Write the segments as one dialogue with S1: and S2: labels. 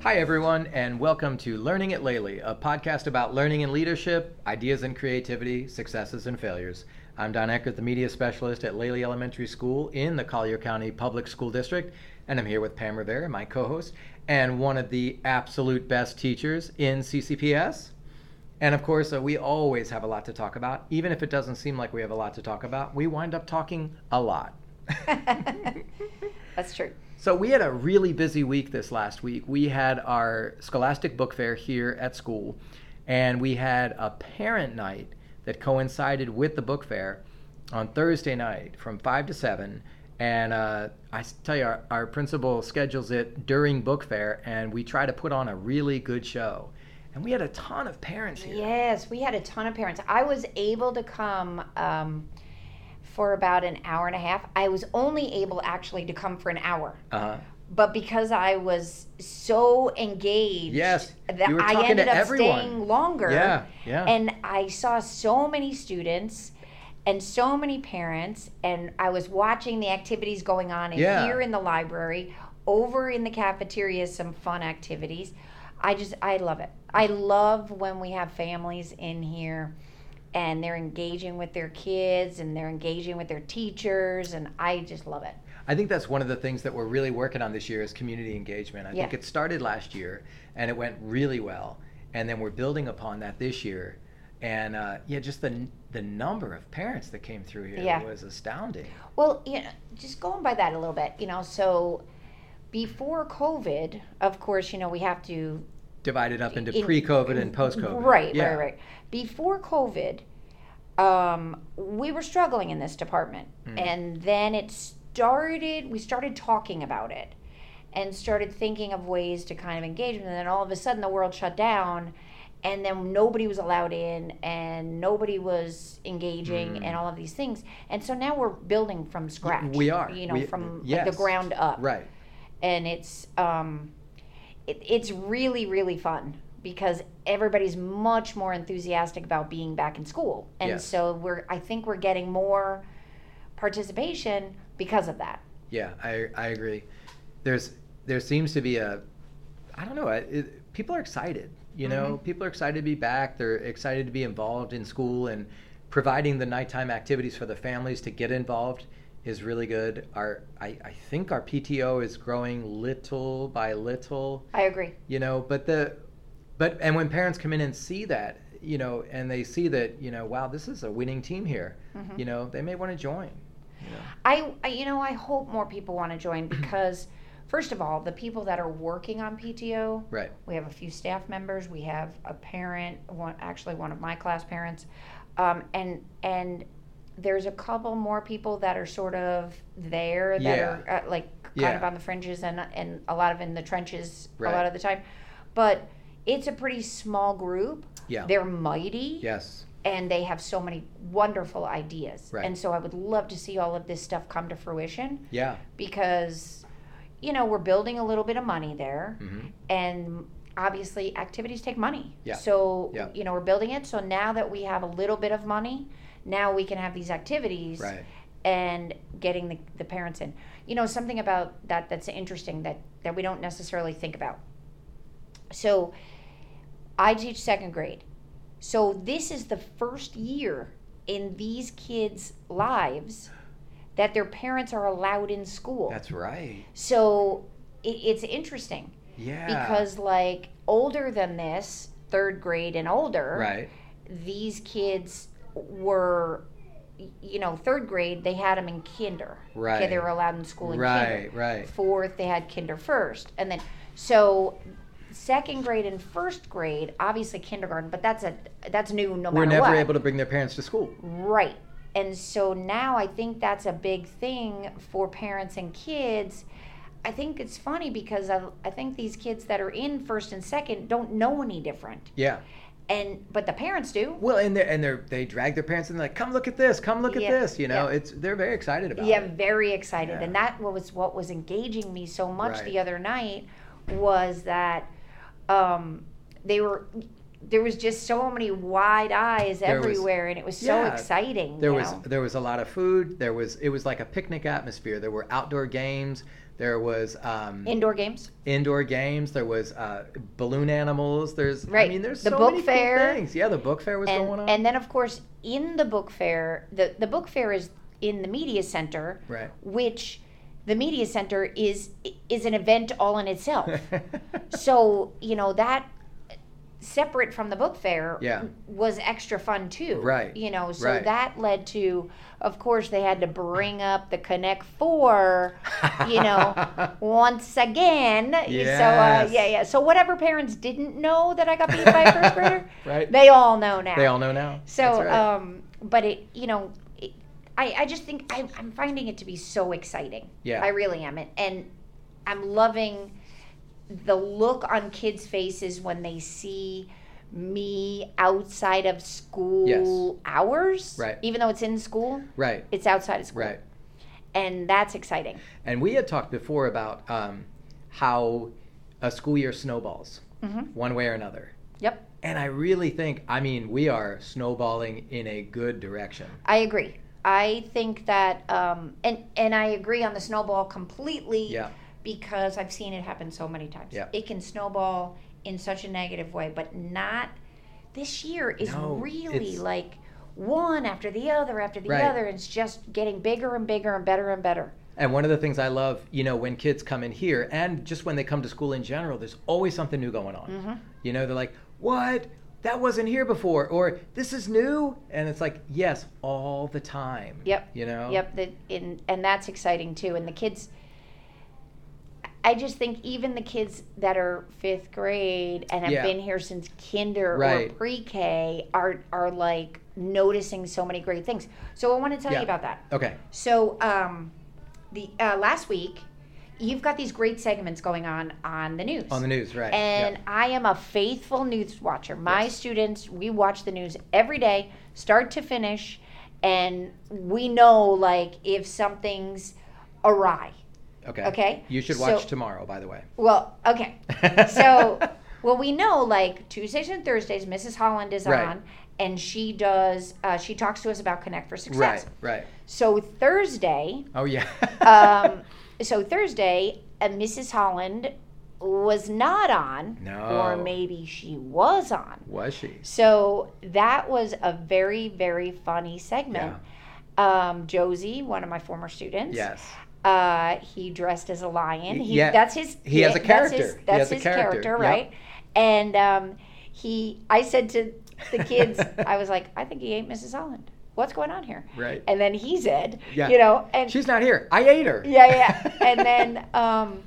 S1: Hi, everyone, and welcome to Learning It Lately, a podcast about learning and leadership, ideas and creativity, successes and failures. I'm Don Eckert, the media specialist at Laley Elementary School in the Collier County Public School District, and I'm here with Pam Rivera, my co host, and one of the absolute best teachers in CCPS. And of course, uh, we always have a lot to talk about. Even if it doesn't seem like we have a lot to talk about, we wind up talking a lot.
S2: That's true.
S1: So we had a really busy week this last week. We had our Scholastic Book Fair here at school, and we had a parent night that coincided with the book fair on Thursday night from five to seven. And uh, I s- tell you, our, our principal schedules it during book fair, and we try to put on a really good show. And we had a ton of parents here.
S2: Yes, we had a ton of parents. I was able to come um, for about an hour and a half. I was only able actually to come for an hour,
S1: Uh-huh.
S2: but because I was so engaged,
S1: Yes,
S2: that
S1: you were
S2: I
S1: talking
S2: ended
S1: to
S2: up
S1: everyone.
S2: staying longer.
S1: Yeah, yeah.
S2: And I saw so many students and so many parents, and I was watching the activities going on in
S1: Yeah.
S2: here in the library, over in the cafeteria, some fun activities. I just, I love it. I love when we have families in here and they're engaging with their kids and they're engaging with their teachers, and I just love it.
S1: I think that's one of the things that we're really working on this year is community engagement. I
S2: Yeah.
S1: think it started last year and it went really well, and then we're building upon that this year. And uh, yeah, just the n- the number of parents that came through here
S2: Yeah.
S1: was astounding.
S2: Well, you know, just going by that a little bit, you know, so before COVID, of course, you know, we have to
S1: Divided up into
S2: In-
S1: pre-COVID and post-COVID.
S2: Right,
S1: Yeah.
S2: right, right. Before COVID, um, we were struggling in this department,
S1: Hmm.
S2: and then it started. We started talking about it, and started thinking of ways to kind of engage. And then all of a sudden, the world shut down, and then nobody was allowed in, and nobody was engaging,
S1: Hmm.
S2: and all of these things. And so now we're building from scratch.
S1: we are.
S2: you know,
S1: We-
S2: from like,
S1: yes.
S2: the ground up
S1: Right.
S2: and it's um, it, it's really really fun because everybody's much more enthusiastic about being back in school, and
S1: Yes.
S2: so we're I think we're getting more participation because of that.
S1: Yeah, I I agree. There's there seems to be a I don't know. I- It, people are excited. You know, people are excited to be back. They're excited to be involved in school and providing the nighttime activities for the families to get involved is really good. Our I, I think our PTO is growing little by little
S2: I agree.
S1: you know but the but and when parents come in and see that you know and they see that you know wow this is a winning team here
S2: Mm-hmm.
S1: you know they may want to join
S2: I, I you know I hope more people want to join because first of all the people that are working on PTO
S1: right
S2: We have a few staff members. We have a parent, one actually one of my class parents, um, and and there's a couple more people that are sort of there that
S1: Yeah.
S2: are uh, like kind of
S1: Yeah.
S2: on the fringes and and a lot of in the trenches
S1: Right.
S2: a lot of the time, but it's a pretty small group.
S1: yeah
S2: They're mighty
S1: yes
S2: and they have so many wonderful ideas.
S1: Right.
S2: And so I would love to see all of this stuff come to fruition
S1: yeah
S2: because you know we're building a little bit of money there
S1: Mhm.
S2: and obviously activities take money
S1: Yeah.
S2: so
S1: Yeah.
S2: you know we're building it so now that we have a little bit of money now we can have these activities
S1: right
S2: and getting the, the parents in you know something about that that's interesting that that we don't necessarily think about so i teach second grade so this is the first year in these kids lives that their parents are allowed in school
S1: that's right
S2: so it, it's interesting
S1: yeah
S2: because, like, older than this, third grade and older,
S1: right
S2: these kids were, y- you know, third grade, they had them in kinder. Okay, they
S1: Right.
S2: were allowed in school in
S1: right
S2: kinder.
S1: right
S2: Fourth, they had kinder first. And then, so second grade and first grade obviously kindergarten but that's a that's new no
S1: we're
S2: matter
S1: never
S2: what
S1: able to bring their parents to school
S2: Right. And so now I think that's a big thing for parents and kids. I think it's funny because I, I think these kids that are in first and second don't know any different.
S1: yeah
S2: And but the parents do.
S1: well and they and they are they drag their parents and they're like come look at this come look
S2: Yeah,
S1: at this you know
S2: yeah.
S1: it's they're very excited about
S2: Yeah,
S1: it
S2: very excited.
S1: Yeah.
S2: And that was what was engaging me so much
S1: Right.
S2: the other night was that um, they were there was just so many wide eyes
S1: There was-
S2: everywhere and it was so
S1: yeah,
S2: exciting.
S1: There
S2: you
S1: was
S2: know?
S1: there was a lot of food. There was it was like a picnic atmosphere. There were outdoor games. There was um,
S2: Indoor games.
S1: indoor games. There was uh, balloon animals. There's I
S2: Right.
S1: mean, there's
S2: The
S1: so
S2: book
S1: many
S2: fair.
S1: cool things. Yeah, the book fair was
S2: and,
S1: going on.
S2: and then of course in the book fair the, the book fair is in the media center
S1: right.
S2: which the media center is is an event all in itself so you know that separate from the book fair
S1: Yeah.
S2: was extra fun too
S1: Right.
S2: you know so
S1: Right.
S2: that led to of course they had to bring up the connect four you know, once again so uh,
S1: Yes.
S2: yeah yeah so whatever parents didn't know that i got beat by a first grader
S1: right.
S2: they all know now
S1: They all know now.
S2: so,
S1: That's right.
S2: um, but it, you know, it, I, I just think I, I'm finding it to be so exciting.
S1: yeah.
S2: I really am. And, and I'm loving the look on kids' faces when they see me outside of school hours.
S1: Right.
S2: Even though it's in school,
S1: right.
S2: it's outside of school.
S1: Right.
S2: And that's exciting.
S1: And we had talked before about um, how a school year snowballs
S2: Mhm.
S1: one way or another.
S2: Yep.
S1: And I really think, I mean, we are snowballing in a good direction.
S2: I agree. I think that, um, and, and I agree on the snowball completely.
S1: Yeah.
S2: because I've seen it happen so many times.
S1: Yeah.
S2: It can snowball in such a negative way, but not this year is
S1: No,
S2: really
S1: it's-
S2: like one after the other after the
S1: Right.
S2: other. It's just getting bigger and bigger and better and better.
S1: And one of the things I love, you know, when kids come in here and just when they come to school in general, there's always something new going on.
S2: Mm-hmm.
S1: You know, they're like, what? That wasn't here before. Or this is new. And it's like, yes, all the time.
S2: Yep.
S1: You know?
S2: Yep, the, in, and that's exciting too. And the kids, I just think even the kids that are fifth grade and have
S1: Yeah.
S2: been here since kinder or
S1: Right.
S2: pre-K are are like noticing so many great things. So I want to tell
S1: Yeah.
S2: you about that.
S1: Okay.
S2: So, um, the uh, last week, you've got these great segments going on on the news.
S1: On the news, right.
S2: and I am a faithful news watcher. My students, we watch the news every day, start to finish, and we know like if something's awry.
S1: yeah. okay.
S2: Okay.
S1: You should
S2: So-
S1: watch tomorrow, by the way.
S2: Well, okay. So, well, we know like Tuesdays and Thursdays, Mrs. Holland is
S1: Right.
S2: on, and she does. Uh, she talks to us about Connect for Success.
S1: right, right.
S2: So Thursday,
S1: Oh, yeah.
S2: um, so Thursday, uh, Mrs. Holland was not on,
S1: No.
S2: or maybe she was on.
S1: Was she?
S2: So that was a very, very funny segment.
S1: Yeah.
S2: Um, Josie, one of my former students,
S1: Yes.
S2: uh, he dressed as a lion. He,
S1: Yeah.
S2: That's his.
S1: He has a
S2: that's
S1: character.
S2: his-
S1: He
S2: That's his,
S1: has a character,
S2: character,
S1: yep.
S2: right? And um, he, I said to the kids, I was like, I think he ate Mrs. Holland. What's going on here?
S1: Right.
S2: And then he said,
S1: Yeah.
S2: you know, and
S1: She's not here. I ate her.
S2: yeah, yeah. And then um,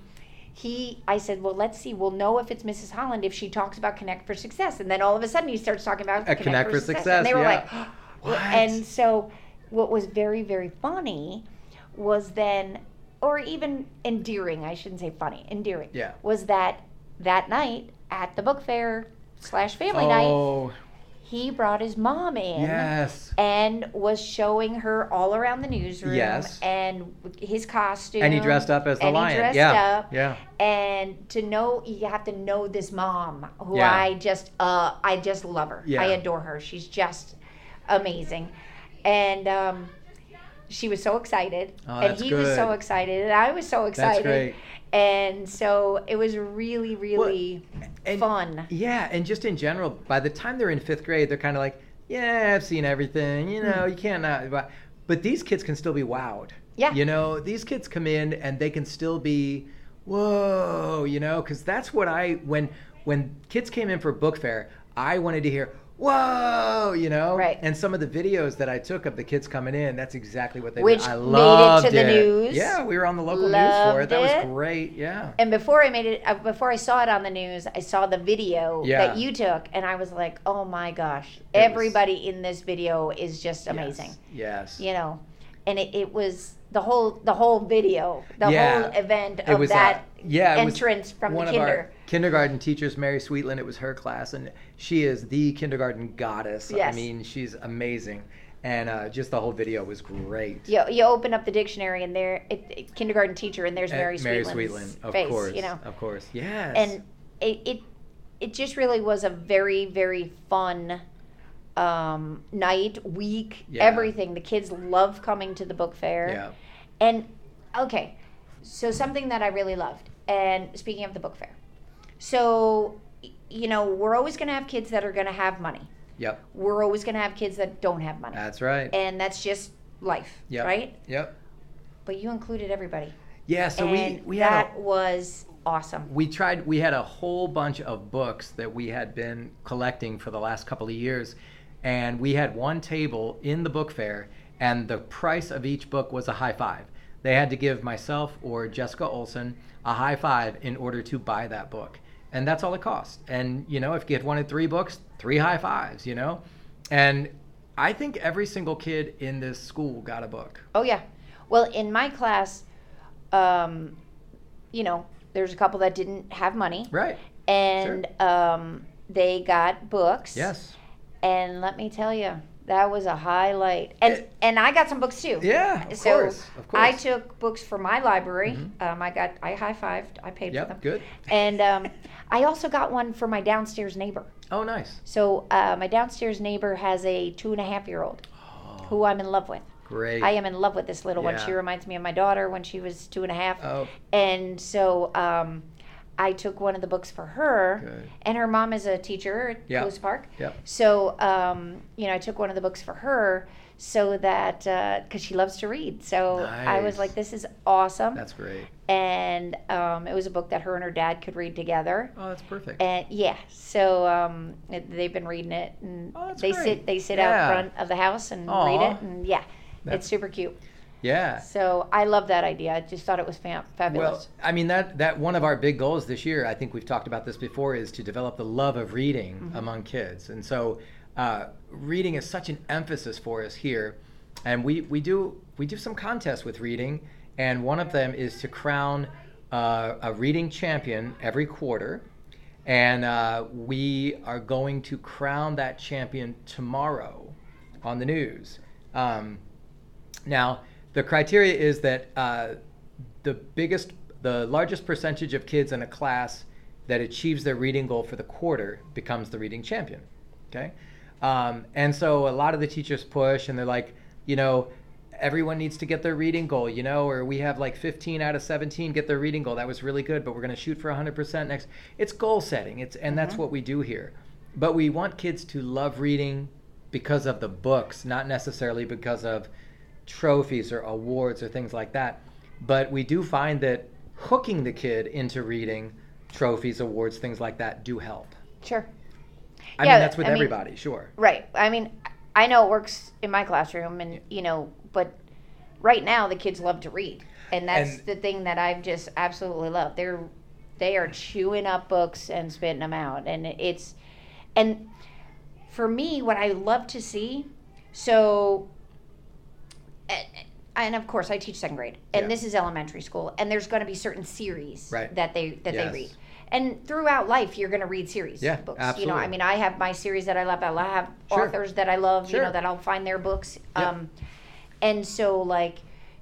S2: he, I said, well, let's see. We'll know if it's Mrs. Holland if she talks about Connect for Success. And then all of a sudden, he starts talking about
S1: Connect for Success,
S2: And they were
S1: yeah.
S2: like,
S1: What?
S2: and so what was very, very funny was then, or even endearing, I shouldn't say funny, endearing,
S1: Yeah.
S2: was that that night at the book fair slash family night,
S1: Oh,
S2: he brought his mom in
S1: yes.
S2: and was showing her all around the newsroom.
S1: Yes.
S2: And his costume.
S1: And he dressed up as the
S2: and he
S1: lion.
S2: dressed
S1: yeah.
S2: up.
S1: Yeah.
S2: And to know, you have to know this mom, who
S1: Yeah.
S2: I just, uh, I just love her.
S1: Yeah.
S2: I adore her. She's just amazing, and um, she was so excited,
S1: Oh,
S2: and
S1: that's
S2: he was so
S1: good.
S2: excited, and I was so
S1: That's
S2: excited,
S1: great.
S2: and so it was really, really
S1: And-
S2: fun.
S1: Yeah, and just in general, by the time they're in fifth grade, they're kind of like, yeah, I've seen everything. You
S2: Hmm.
S1: know, you can't not. But, but these kids can still be wowed.
S2: Yeah.
S1: You know, these kids come in and they can still be, whoa, you know, because that's what I when when kids came in for book fair, I wanted to hear. Whoa, you know,
S2: Right.
S1: And some of the videos that I took of the kids coming in, that's exactly what they
S2: Which
S1: did. I
S2: made it to
S1: loved
S2: the news.
S1: Yeah, we were on the local news for it.
S2: Loved
S1: That was
S2: it.
S1: great. Yeah,
S2: and before I made it, uh, before I saw it on the news, I saw the video
S1: Yeah.
S2: that you took, and I was like, "Oh my gosh!
S1: It was-
S2: Everybody in this video is just amazing."
S1: Yes, yes.
S2: You know, and it, it was the whole the whole video, the
S1: Yeah.
S2: whole event
S1: it
S2: of
S1: was uh,
S2: that
S1: yeah, it was-
S2: entrance from the
S1: one of our
S2: kinder.
S1: kindergarten teachers, Mary Sweetland. It was her class, and she is the kindergarten goddess.
S2: Yes.
S1: I mean, she's amazing, and uh, just the whole video was great.
S2: You, you open up the dictionary and there it, it- kindergarten teacher and there's
S1: And
S2: Mary,
S1: Eh, Mary
S2: Sweetland's
S1: Sweetland, of
S2: face,
S1: course,
S2: you know,
S1: of course, yes,
S2: and it, it it just really was a very very fun um, night week
S1: Yeah.
S2: everything the kids love coming to the book fair
S1: yeah,
S2: and okay So something that I really loved. And speaking of the book fair, so y- you know we're always going to have kids that are going to have money.
S1: Yep.
S2: We're always going to have kids that don't have money,
S1: That's right.
S2: and that's just life,
S1: Yep.
S2: right?
S1: Yep.
S2: But you included everybody,
S1: Yeah. So
S2: and
S1: we we had a,
S2: that was awesome.
S1: we tried we had a whole bunch of books that we had been collecting for the last couple of years and we had one table in the book fair and the price of each book was a high five they had to give myself or jessica olson a high five in order to buy that book and that's all it cost and you know if you wanted three books three high fives you know and i think every single kid in this school got a book
S2: Oh yeah. Well, in my class, um, you know, there's a couple that didn't have money,
S1: right
S2: and um, they got books.
S1: yes
S2: And let me tell you, that was a highlight. And
S1: It-
S2: and I got some books too.
S1: yeah of
S2: So,
S1: course of course Mm-hmm.
S2: I took books for my library. Um, I got I high fived. I paid for
S1: yep
S2: them.
S1: good
S2: And um, I also got one for my downstairs neighbor.
S1: oh nice
S2: So uh, my downstairs neighbor has a two and a half year old who I'm in love with.
S1: Great.
S2: I am in love with this little one. She
S1: Oh. Yeah.
S2: reminds me of my daughter when she was two and a half.
S1: oh,
S2: And so um, I took one of the books for her.
S1: good.
S2: And her mom is a teacher at
S1: Yeah.
S2: Lewis Park.
S1: Yep.
S2: So, um, you know, I took one of the books for her so that, because she loves to read. So I was
S1: Nice.
S2: like, this is awesome.
S1: That's great.
S2: and um, it was a book that her and her dad could read together.
S1: Oh, that's perfect.
S2: And yeah, so um, it- they've been reading it, and
S1: Oh, that's
S2: they
S1: great.
S2: sit they sit
S1: Yeah.
S2: out front of the house and
S1: Aw.
S2: read it, and yeah,
S1: That's-
S2: it's super cute.
S1: yeah.
S2: So I love that idea. I just thought it was fam-
S1: Well,
S2: fabulous.
S1: I mean that that one of our big goals this year, I think we've talked about this before, is to develop the love of reading
S2: Mm-hmm.
S1: among kids. And so, uh, reading is such an emphasis for us here, and we we do we do some contests with reading, and one of them is to crown uh, a reading champion every quarter, and uh, we are going to crown that champion tomorrow on the news. Um, Now, the criteria is that uh, the biggest, the largest percentage of kids in a class that achieves their reading goal for the quarter becomes the reading champion. Okay, um, and so a lot of the teachers push, and they're like, you know, everyone needs to get their reading goal, you know, or we have like 15 out of 17 get their reading goal. That was really good, but we're going to shoot for 100% next. It's goal setting. It's and that's what we do here. But we want kids to love reading because of the books, not necessarily because of trophies or awards or things like that. But we do find that hooking the kid into reading trophies, awards, things like that do help.
S2: sure.
S1: I
S2: Yeah,
S1: mean, that's with
S2: I mean-
S1: everybody, sure.
S2: Right. I mean, I know it works in my classroom, and you know, but right now the kids love to read, and that's
S1: And-
S2: the thing that I've just absolutely loved. They're they are chewing up books and spitting them out, and it's and for me, what I love to see. So, and, and of course, I teach second grade, and
S1: Yeah.
S2: this is elementary school, and there's going to be certain series
S1: Right.
S2: that they that
S1: Yes.
S2: they read. And throughout life, you're going to read series
S1: Yeah,
S2: books. You know,
S1: absolutely.
S2: I mean, I have my series that I love. I have
S1: Sure.
S2: authors that I love. You
S1: Sure.
S2: know, that I'll find their books.
S1: Yep.
S2: Um, and so, like,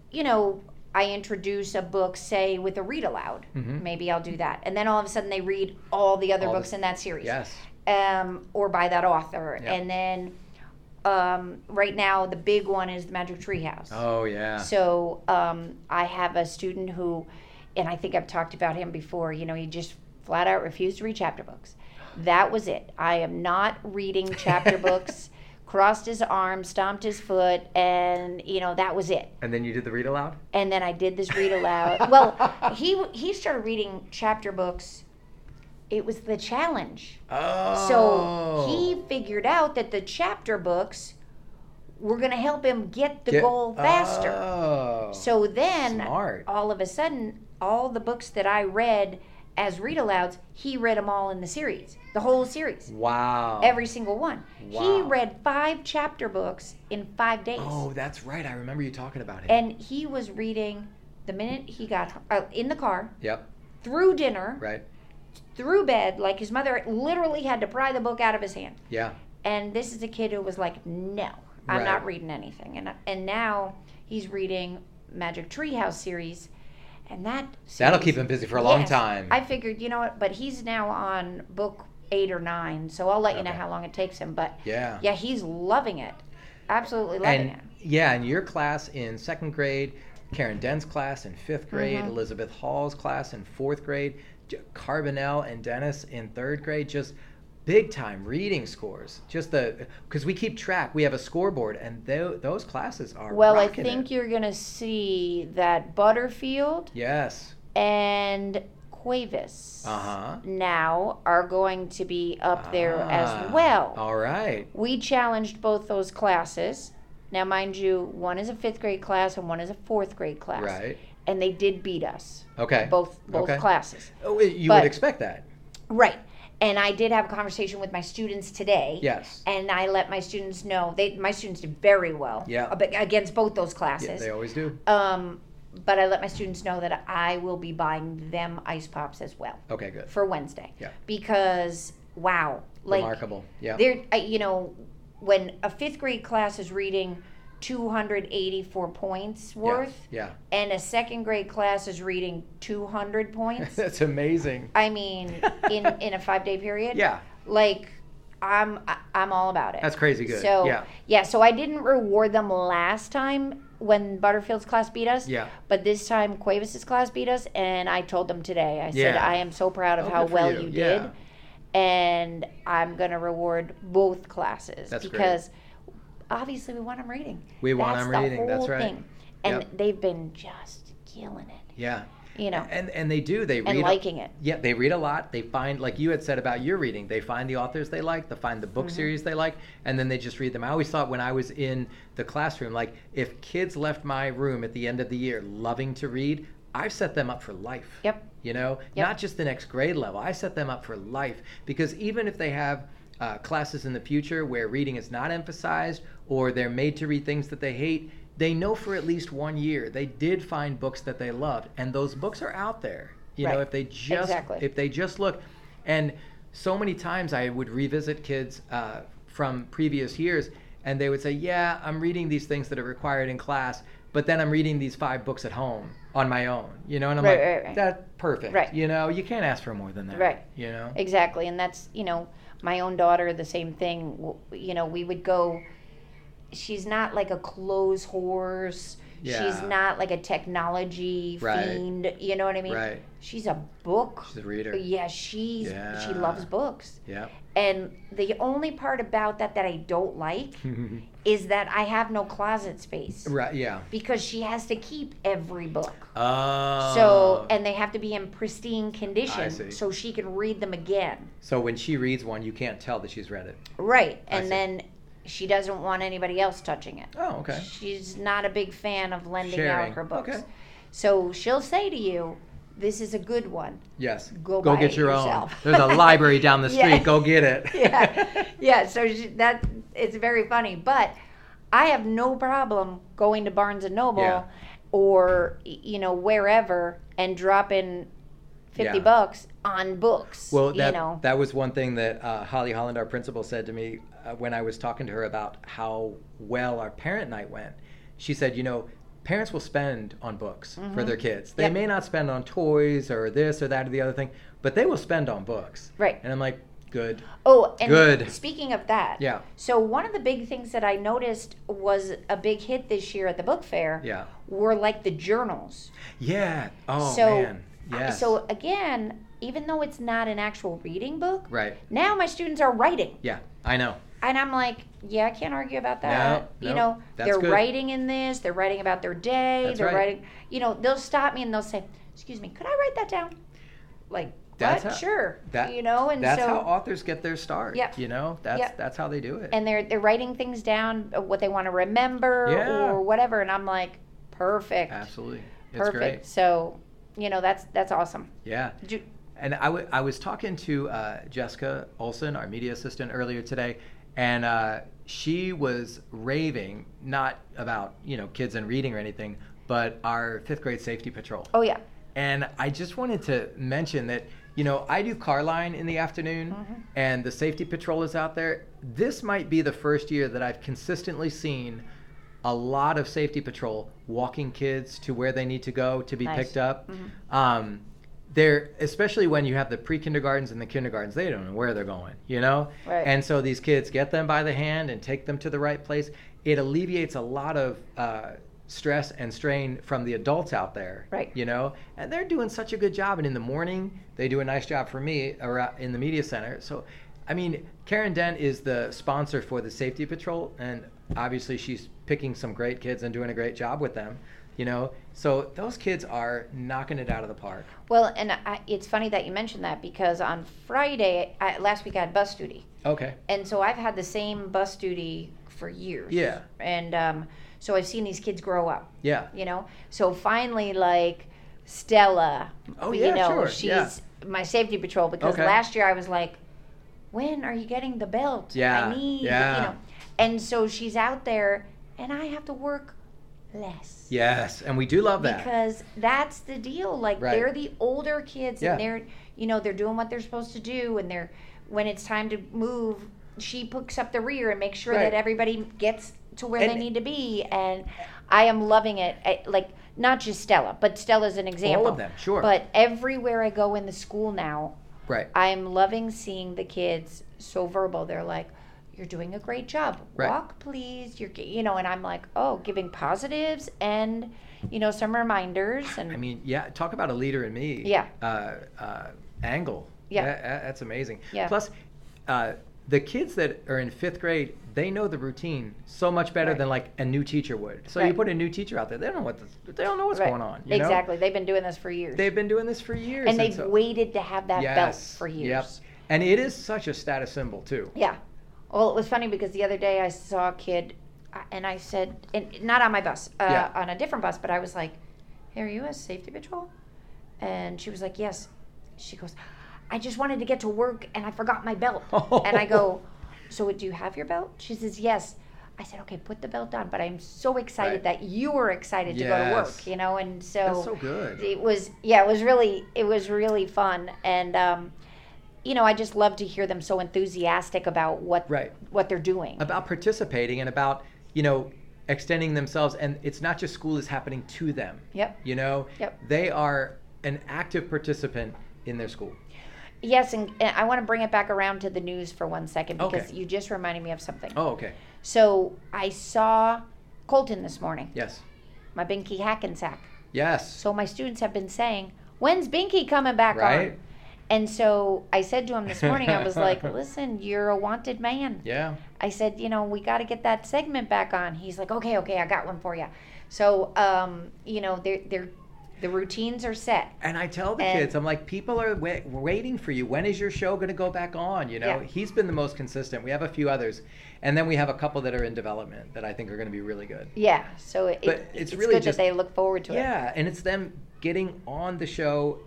S2: you know, I introduce a book, say, with a read aloud.
S1: Mhm.
S2: Maybe I'll do that, and then all of a sudden they read all the other
S1: All the-
S2: books in that series,
S1: Yes.
S2: um, or by that author.
S1: Yeah.
S2: And then, um, right now, the big one is the Magic Tree House.
S1: Oh yeah.
S2: So um, I have a student who, and I think I've talked about him before. You know, he just flat out refused to read chapter books. That was it. I am not reading chapter books. Crossed his arm, stomped his foot, and you know that was it.
S1: and then you did the read aloud.
S2: And then I did this read aloud. well, he he started reading chapter books. It was the challenge.
S1: Oh.
S2: So he figured out that the chapter books were going to help him get the goal faster.
S1: Oh.
S2: So then,
S1: Smart.
S2: all of a sudden, all the books that I read as read alouds, he read them all in the series, the whole series,
S1: wow.
S2: every single one. He
S1: Wow.
S2: read five chapter books in five days.
S1: Oh, that's right. I remember you talking about him.
S2: And he was reading the minute he got uh, in the car,
S1: yep.
S2: through dinner,
S1: Right.
S2: through bed, like his mother literally had to pry the book out of his hand.
S1: Yeah.
S2: And this is a kid who was like, "No, I'm
S1: Right.
S2: not reading anything." And and now he's reading Magic Treehouse series, and that
S1: That'll
S2: series-
S1: keep him busy for a long
S2: Yes.
S1: time.
S2: I figured, you know what? But he's now on book eight or nine, so I'll let you know
S1: Okay.
S2: how long it takes him. But
S1: yeah.
S2: yeah, he's loving it, absolutely loving
S1: and yeah, in your class in second grade, Karen Dent's class in fifth grade,
S2: Mm-hmm.
S1: Elizabeth Hall's class in fourth grade, J- Carbonell and Dennis in third grade. Just big time reading scores. Just the because we keep track. We have a scoreboard, and tho- those classes are
S2: Well, I
S1: rocking
S2: think
S1: It.
S2: you're going to see that Butterfield
S1: Yes.
S2: and Cuevas
S1: Uh huh.
S2: now are going to be up there
S1: Ah,
S2: as well.
S1: All right.
S2: We challenged both those classes. Now, mind you, one is a fifth grade class and one is a fourth grade class.
S1: Right.
S2: And they did beat us,
S1: Okay.
S2: both both
S1: Okay.
S2: classes.
S1: Oh, you
S2: but-
S1: would expect that.
S2: Right. And I did have a conversation with my students today.
S1: Yes.
S2: And I let my students know they my students did very well.
S1: Yeah.
S2: ab- Against both those
S1: Yeah,
S2: classes.
S1: they always do.
S2: um, but I let my students know that I will be buying them ice pops as well
S1: Okay. Good.
S2: for Wednesday.
S1: Yeah.
S2: Because wow, like
S1: Remarkable. Yeah.
S2: they're uh, you know when a fifth grade class is reading 284 points
S1: Yeah,
S2: worth
S1: Yeah.
S2: and a second grade class is reading 200 points
S1: That's amazing.
S2: i mean in in a five day period
S1: Yeah.
S2: like i'm I- i'm all about it
S1: That's crazy good.
S2: so
S1: yeah.
S2: yeah so i didn't reward them last time when butterfield's class beat us
S1: Yeah.
S2: but this time Cuevas's class beat us, and I told them today. I said,
S1: Yeah.
S2: "I am so proud of
S1: Oh,
S2: how
S1: good for
S2: well
S1: you.
S2: you,
S1: Yeah.
S2: did, and I'm gonna reward both classes
S1: That's great.
S2: because obviously we want them reading.
S1: We want
S2: That's
S1: them
S2: the
S1: reading. That's
S2: whole
S1: right.
S2: thing. and
S1: Yep.
S2: they've been just killing it,
S1: Yeah.
S2: you know,
S1: And and they do. They
S2: and
S1: read. a,
S2: liking it.
S1: yeah, they read a lot. They find, like you had said about your reading, they find the authors they like, they find the book
S2: Mm-hmm.
S1: series they like, and then they just read them. I always thought when I was in the classroom, like if kids left my room at the end of the year loving to read, I've set them up for life.
S2: Yep.
S1: you know
S2: Yep.
S1: not just the next grade level i set them up for life because even if they have uh, classes in the future where reading is not emphasized or they're made to read things that they hate they know for at least one year they did find books that they loved and those books are out there you know
S2: Right.
S1: if they just
S2: Exactly.
S1: if they just look and so many times i would revisit kids uh, from previous years and they would say yeah i'm reading these things that are required in class but then i'm reading these five books at home on my own you know and i'm
S2: Right,
S1: like
S2: right, right.
S1: that's perfect
S2: Right.
S1: you know you can't ask for more than that
S2: Right.
S1: you know
S2: Exactly, and that's you know my own daughter the same thing. W- You know, we would go. She's not like a clothes horse. She's
S1: Yeah.
S2: not like a technology
S1: Right.
S2: fiend. You know what I mean?
S1: right
S2: She's a book.
S1: she's a reader
S2: yeah, she's she
S1: Yeah.
S2: loves books.
S1: yeah
S2: And the only part about that that I don't like is that I have no closet space
S1: right yeah
S2: because she has to keep every book.
S1: oh
S2: So and they have to be in pristine condition
S1: see.
S2: so she can read them again.
S1: so when she reads one you can't tell that she's read it
S2: Right.
S1: I see.
S2: And then she doesn't want anybody else touching it.
S1: oh okay
S2: She's not a big fan of lending
S1: Sharing.
S2: out her books.
S1: Okay.
S2: So she'll say to you, This is a good one.
S1: yes
S2: Go buy
S1: get
S2: it
S1: your
S2: yourself.
S1: own there's a library down the street
S2: Yeah.
S1: go get it
S2: Yeah. yeah. So she, that it's very funny. But I have no problem going to Barnes and Noble
S1: Yeah.
S2: or, y- you know, wherever and dropping 50
S1: Yeah.
S2: bucks on books.
S1: Well, that,
S2: you know.
S1: that was one thing that uh, Holly Holland, our principal, said to me uh, when I was talking to her about how well our parent night went. She said, you know, parents will spend on books for their kids. They
S2: Mm-hmm. Yep.
S1: may not spend on toys or this or that or the other thing, but they will spend on books.
S2: Right.
S1: And I'm like, good.
S2: Oh, and
S1: Good.
S2: speaking of that,
S1: Yeah.
S2: So one of the big things that I noticed was a big hit this year at the book fair
S1: Yeah.
S2: were like the journals.
S1: Yeah. Oh,
S2: So,
S1: man. Yes.
S2: So again, even though it's not an actual reading book,
S1: right.
S2: now my students are writing,
S1: Yeah. I know.
S2: and I'm like, yeah, I can't argue about that.
S1: No,
S2: you
S1: no,
S2: know,
S1: that's
S2: they're
S1: good.
S2: writing in this, they're writing about their day,
S1: That's
S2: they're
S1: right.
S2: writing. You know, they'll stop me and they'll say, "Excuse me, could I write that down?" Like,
S1: That's
S2: what?
S1: how-
S2: sure.
S1: that-
S2: you know, and
S1: That's
S2: so
S1: how authors get their start.
S2: Yep.
S1: You know, that's
S2: Yep.
S1: that's how they do it.
S2: and they're they're writing things down uh, what they want to remember
S1: Yeah.
S2: or whatever and i'm like perfect
S1: Absolutely. It's
S2: perfect
S1: great.
S2: so you know that's that's awesome
S1: Yeah.
S2: Ju-
S1: And I wa- I was talking to uh, Jessica Olson, our media assistant, earlier today, and uh, she was raving not about you know kids and reading or anything, but our fifth grade safety patrol.
S2: oh yeah
S1: And I just wanted to mention that, you know, I do car line in the afternoon
S2: Mm-hmm.
S1: and the safety patrol is out there. This might be the first year that I've consistently seen a lot of safety patrol walking kids to where they need to go to be
S2: Nice. Mm-hmm.
S1: picked up. Um, they're, especially when you have the pre kindergartens and the kindergartens, they don't know where they're going, you know?
S2: Right.
S1: And so these kids get them by the hand and take them to the right place. It alleviates a lot of uh, stress and strain from the adults out there.
S2: Right.
S1: You know, and they're doing such a good job. And in the morning, they do a nice job for me or in the media center. So, I mean, Karen Dent is the sponsor for the safety patrol, and obviously she's picking some great kids and doing a great job with them. You know, so those kids are knocking it out of the park.
S2: Well, and I, it's funny that you mentioned that because on Friday I, last week I had bus duty,
S1: Okay.
S2: and so I've had the same bus duty for years.
S1: Yeah.
S2: And um, so I've seen these kids grow up.
S1: Yeah.
S2: you know so finally like stella
S1: Oh,
S2: you
S1: yeah,
S2: know
S1: sure,
S2: she's
S1: yeah.
S2: my safety patrol because
S1: Okay.
S2: last year i was like when are you getting the belt
S1: Yeah,
S2: i need
S1: yeah.
S2: you know and so she's out there and i have to work less
S1: Yes, and we do love that.
S2: because that's the deal like
S1: Right.
S2: they're the older kids
S1: Yeah.
S2: and they're you know they're doing what they're supposed to do and they're when it's time to move she picks up the rear and makes sure
S1: Right.
S2: that everybody gets to where they
S1: And-
S2: need to be and i am loving it I, like not just stella but stella's an example
S1: All of them, sure.
S2: but everywhere i go in the school now
S1: right.
S2: i'm loving seeing the kids so verbal they're like you're doing a great job
S1: Right.
S2: walk please you're g- you know and i'm like oh giving positives and you know some reminders and
S1: I mean, yeah, talk about a leader in me.
S2: Yeah.
S1: Uh, uh, angle.
S2: Yeah.
S1: That- that- that's amazing.
S2: Yeah.
S1: Plus, uh, the kids that are in fifth grade, they know the routine so much better
S2: Right.
S1: than like a new teacher would. So you
S2: Right.
S1: put a new teacher out there, they don't know what the, they don't know what's
S2: Right.
S1: going on. You know?
S2: exactly. They've been doing this for years.
S1: They've been doing this for years,
S2: and they've
S1: so-
S2: waited to have that belt
S1: yes,
S2: for years.
S1: Yep. And it is such a status symbol too.
S2: Yeah. Well, it was funny because the other day I saw a kid uh, and I said, and not on my bus, uh,
S1: Yeah.
S2: on a different bus, but I was like, hey, are you a safety patrol? And she was like, yes. She goes, I just wanted to get to work and I forgot my belt. And I go, so do you have your belt? She says, yes. I said, okay, put the belt on. But I'm so excited that you were excited to go to
S1: Yes.
S2: work, you know? And so.
S1: That's so good.
S2: it was yeah it was really it was really fun and um you know i just love to hear them so enthusiastic about what
S1: Right.
S2: what they're doing
S1: About participating and about you know extending themselves, and it's not just school is happening to them.
S2: yep
S1: You know,
S2: Yep.
S1: they are an active participant in their school.
S2: yes and, and i want to bring it back around to the news for one second because
S1: Okay.
S2: you just reminded me of something
S1: Oh, okay.
S2: so i saw colton this morning
S1: Yes.
S2: my binky hackensack
S1: Yes.
S2: so my students have been saying when's binky coming back
S1: Right?
S2: on and so i said to him this morning i was like listen you're a wanted man
S1: Yeah.
S2: I said, you know, we got to get that segment back on. He's like, okay, okay, I got one for you. So, um, you know, they're, they're, the routines are set.
S1: And I tell the
S2: And-
S1: kids, I'm like, people are wa- waiting for you. When is your show going to go back on? You know,
S2: Yeah.
S1: he's been the most consistent. We have a few others, and then we have a couple that are in development that I think are going to be really good.
S2: Yeah. So it,
S1: But it's
S2: it's,
S1: really
S2: good
S1: just-
S2: that they look forward to it.
S1: Yeah, and it's them getting on the show,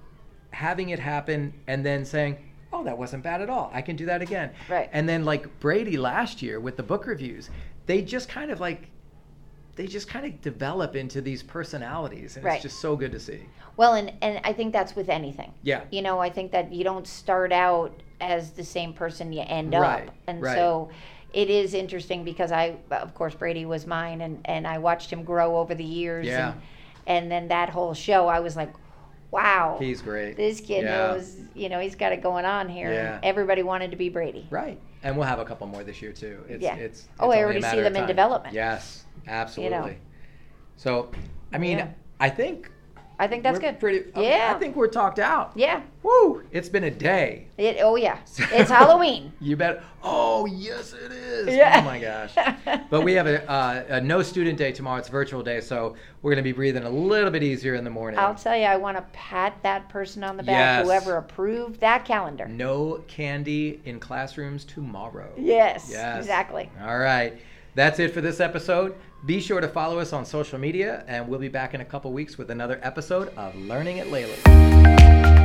S1: having it happen, and then saying, "Oh, that wasn't bad at all. I can do that again."
S2: Right.
S1: And then like Brady last year with the book reviews, they just kind of like they just kind of develop into these personalities, and
S2: Right.
S1: it's just so good to see.
S2: Well, and, and I think that's with anything.
S1: Yeah.
S2: You know, I think that you don't start out as the same person you end
S1: Right,
S2: up. And
S1: right.
S2: so it is interesting because I, of course, Brady was mine and, and I watched him grow over the years.
S1: Yeah.
S2: And, and then that whole show, I was like, wow.
S1: He's great.
S2: this kid
S1: Yeah.
S2: knows, you know, he's got it going on here.
S1: Yeah.
S2: Everybody wanted to be Brady.
S1: Right. And we'll have a couple more this year too. It's,
S2: Yeah.
S1: It's, it's
S2: Oh, I
S1: only a
S2: already see
S1: matter of
S2: them in
S1: time.
S2: development.
S1: Yes, absolutely. So, I mean,
S2: Yeah.
S1: I think
S2: I think that's
S1: we're
S2: good.
S1: Pretty. I-
S2: Yeah.
S1: I think we're talked out.
S2: yeah.
S1: Woo! It's been a day.
S2: It, oh, yeah. It's Halloween.
S1: You bet. Oh, yes, it is.
S2: Yeah.
S1: Oh, my gosh. But we have a, uh, a no student day tomorrow. It's virtual day, so we're going to be breathing a little bit easier in the morning.
S2: I'll tell you, I want to pat that person on the back,
S1: Yes.
S2: whoever approved that calendar.
S1: No candy in classrooms tomorrow.
S2: Yes,
S1: Yes.
S2: Exactly.
S1: All right. That's it for this episode. Be sure to follow us on social media, and we'll be back in a couple weeks with another episode of Learning at Layla.